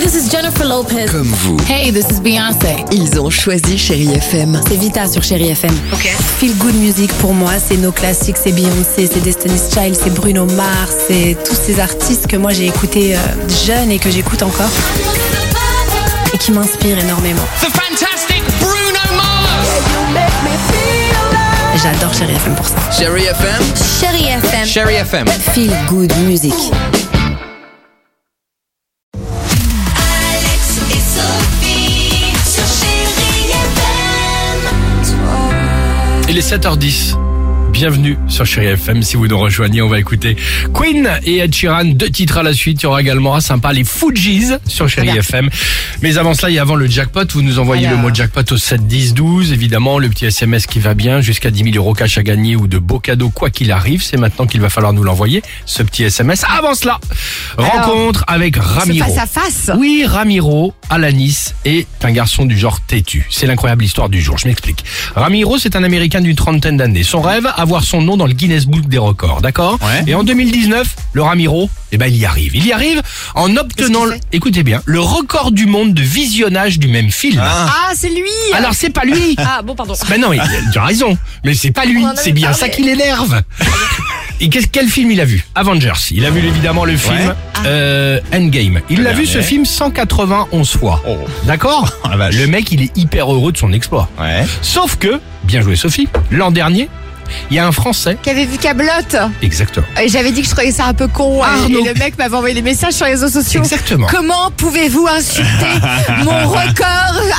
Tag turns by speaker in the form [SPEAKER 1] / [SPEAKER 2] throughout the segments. [SPEAKER 1] This is Jennifer Lopez.
[SPEAKER 2] Comme vous,
[SPEAKER 1] Hey, this is Beyoncé.
[SPEAKER 3] Ils ont choisi Chérie FM.
[SPEAKER 1] C'est Vita sur Chéri FM.
[SPEAKER 3] Ok.
[SPEAKER 4] Feel Good Music pour moi, c'est nos classiques, c'est Beyoncé, c'est Destiny's Child, c'est Bruno Mars, c'est tous ces artistes que moi j'ai écoutés euh, jeune et que j'écoute encore et qui m'inspirent énormément.
[SPEAKER 5] the fantastic Bruno Mars.
[SPEAKER 4] J'adore Chérie FM pour ça.
[SPEAKER 2] Chérie FM,
[SPEAKER 1] Chéri FM.
[SPEAKER 2] Chérie FM.
[SPEAKER 3] Feel Good Music.
[SPEAKER 6] Alex et Sophie sur Chéri FM.
[SPEAKER 7] Il est 7h10. Bienvenue sur Chéri FM. Si vous nous rejoignez, on va écouter Queen et Ed Sheeran. Deux titres à la suite. Il y aura également un sympa les Fujis sur Chéri FM. Mais avant cela et avant le jackpot, vous nous envoyez le mot jackpot au 7 10 12. Évidemment, le petit SMS qui va bien jusqu'à 10 000 euros cash à gagner ou de beaux cadeaux quoi qu'il arrive. C'est maintenant qu'il va falloir nous l'envoyer. Ce petit SMS. Avant cela, rencontre avec Ramiro.
[SPEAKER 3] face à face.
[SPEAKER 7] Oui, Ramiro, Alanis est un garçon du genre têtu. C'est l'incroyable histoire du jour, je m'explique. Ramiro, c'est un Américain d'une trentaine d'années. Son rêve, avoir son nom dans le Guinness Book des records, d'accord
[SPEAKER 2] Ouais.
[SPEAKER 7] Et en 2019, le Ramiro, eh ben, il y arrive. Il y arrive en obtenant, le- écoutez bien, le record du monde de visionnage du même film.
[SPEAKER 3] Ah, c'est lui.
[SPEAKER 7] Alors c'est pas lui
[SPEAKER 3] Ah bon, pardon.
[SPEAKER 7] Ben non, il a tu as raison, mais c'est pas lui,
[SPEAKER 3] en avait
[SPEAKER 7] c'est bien
[SPEAKER 3] parlé.
[SPEAKER 7] ça qui l'énerve et qu'est-ce- quel film il a vu Avengers. Il a vu évidemment le film
[SPEAKER 2] Ouais. Ah,
[SPEAKER 7] euh, Endgame. Il
[SPEAKER 2] Le
[SPEAKER 7] l'a vu ce
[SPEAKER 2] dernier.
[SPEAKER 7] film 191 fois.
[SPEAKER 2] Oh.
[SPEAKER 7] D'accord
[SPEAKER 2] Ah, vache.
[SPEAKER 7] Le mec, il est hyper heureux de son exploit.
[SPEAKER 2] Ouais.
[SPEAKER 7] Sauf que, bien joué Sophie, l'an dernier, il y a un Français,
[SPEAKER 8] qui avait vu Cablotte.
[SPEAKER 7] exactement,
[SPEAKER 8] Et j'avais dit que je trouvais ça un peu con. hein,
[SPEAKER 7] Arnaud.
[SPEAKER 8] Et le mec m'avait envoyé des messages sur les réseaux sociaux.
[SPEAKER 7] Exactement.
[SPEAKER 8] Comment pouvez-vous insulter mon record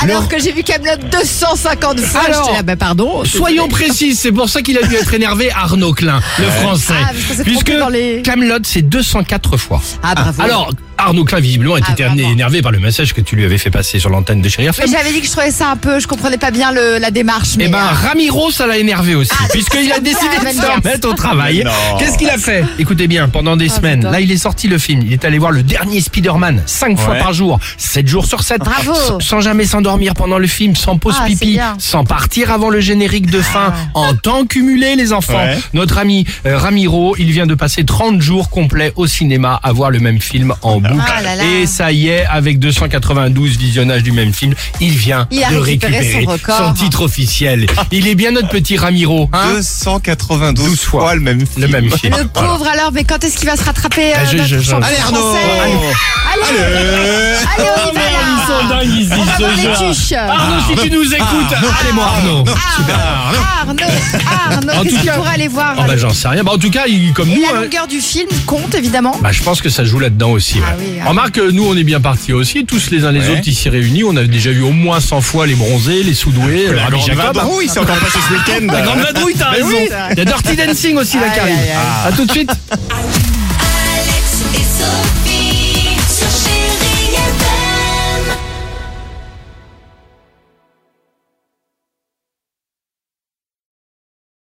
[SPEAKER 8] alors que j'ai vu Cablotte 250 fois
[SPEAKER 7] Alors,
[SPEAKER 8] J'étais là, bah pardon.
[SPEAKER 7] Soyons précis, c'est pour ça qu'il a dû être énervé Arnaud Klein, le français.
[SPEAKER 8] Ah, parce que c'est
[SPEAKER 7] Puisque
[SPEAKER 8] trompé dans les-
[SPEAKER 7] Camelot, c'est 204 fois.
[SPEAKER 8] Ah, bravo.
[SPEAKER 7] Alors, Arnaud Klein, visiblement, était
[SPEAKER 8] Ah, vraiment.
[SPEAKER 7] énervé par le message que tu lui avais fait passer sur l'antenne de Chéri
[SPEAKER 8] Mais
[SPEAKER 7] FM.
[SPEAKER 8] j'avais dit que je trouvais ça un peu, je comprenais pas bien le- la démarche. Mais euh,
[SPEAKER 7] Eh ben, Ramiro, ça l'a énervé aussi,
[SPEAKER 8] Ah,
[SPEAKER 7] puisqu'il a décidé de
[SPEAKER 8] Avengers.
[SPEAKER 7] se remettre au travail.
[SPEAKER 2] Non.
[SPEAKER 7] Qu'est-ce qu'il a fait Écoutez bien, pendant
[SPEAKER 8] Oh,
[SPEAKER 7] des semaines, là, il est sorti le film. Il est allé voir le dernier Spider-Man, 5 fois
[SPEAKER 2] Ouais.
[SPEAKER 7] par jour, 7 jours sur 7.
[SPEAKER 8] Bravo.
[SPEAKER 7] sans jamais s'endormir pendant le film, sans pause
[SPEAKER 8] Ah, c'est
[SPEAKER 7] pipi,
[SPEAKER 8] bien. Ah.
[SPEAKER 7] sans partir avant le générique de fin, en temps cumulé, les enfants.
[SPEAKER 2] Ouais.
[SPEAKER 7] Notre ami euh, Ramiro, il vient de passer 30 jours complets au cinéma à voir le même film en boucle.
[SPEAKER 8] Ah là là.
[SPEAKER 7] Et ça y est, avec 292 visionnages du même film, il vient
[SPEAKER 8] Il a
[SPEAKER 7] de
[SPEAKER 8] récupéré son
[SPEAKER 7] récupérer
[SPEAKER 8] record.
[SPEAKER 7] titre officiel. Il est bien notre petit Ramiro, hein
[SPEAKER 2] 292
[SPEAKER 7] 12
[SPEAKER 2] fois.
[SPEAKER 7] fois.
[SPEAKER 2] le même film.
[SPEAKER 7] Le même film.
[SPEAKER 8] Le pauvre alors, mais quand est-ce qu'il va se rattraper euh,
[SPEAKER 7] Ah, je-
[SPEAKER 8] notre
[SPEAKER 7] je- je-
[SPEAKER 8] champion
[SPEAKER 2] Allez Arnaud Euh,
[SPEAKER 8] français Allez, allez, on y va là.
[SPEAKER 7] dingues, ils
[SPEAKER 8] On va voir les tuches Ah.
[SPEAKER 7] Arnaud, si tu nous écoutes, allez-moi Arnaud.
[SPEAKER 8] Arnaud, Arnaud,
[SPEAKER 7] En
[SPEAKER 8] Arnaud, qu'est-ce
[SPEAKER 7] tout
[SPEAKER 8] qu'il
[SPEAKER 7] cas-
[SPEAKER 8] pourrait aller voir
[SPEAKER 7] Oh bah j'en sais rien. Bah en tout cas, il comme
[SPEAKER 8] Et
[SPEAKER 7] nous.
[SPEAKER 8] la
[SPEAKER 7] hein.
[SPEAKER 8] longueur du film compte évidemment.
[SPEAKER 7] Bah je pense que ça joue là-dedans aussi. ouais.
[SPEAKER 8] Ah oui, ah
[SPEAKER 7] Remarque, euh, nous on est bien partis aussi, tous les uns les
[SPEAKER 2] Ouais.
[SPEAKER 7] autres ici réunis. On a déjà vu au moins 100 fois les bronzés, les soudoués, le
[SPEAKER 2] La
[SPEAKER 7] Rabbi
[SPEAKER 2] grande
[SPEAKER 7] Jacob.
[SPEAKER 2] vadrouille, c'est encore passé ce week-end.
[SPEAKER 7] La grande vadrouille, t'as raison. Il y a Dirty Dancing aussi, la
[SPEAKER 8] Ah, Aïe,
[SPEAKER 7] Karine.
[SPEAKER 8] aïe, aïe.
[SPEAKER 7] À tout de suite.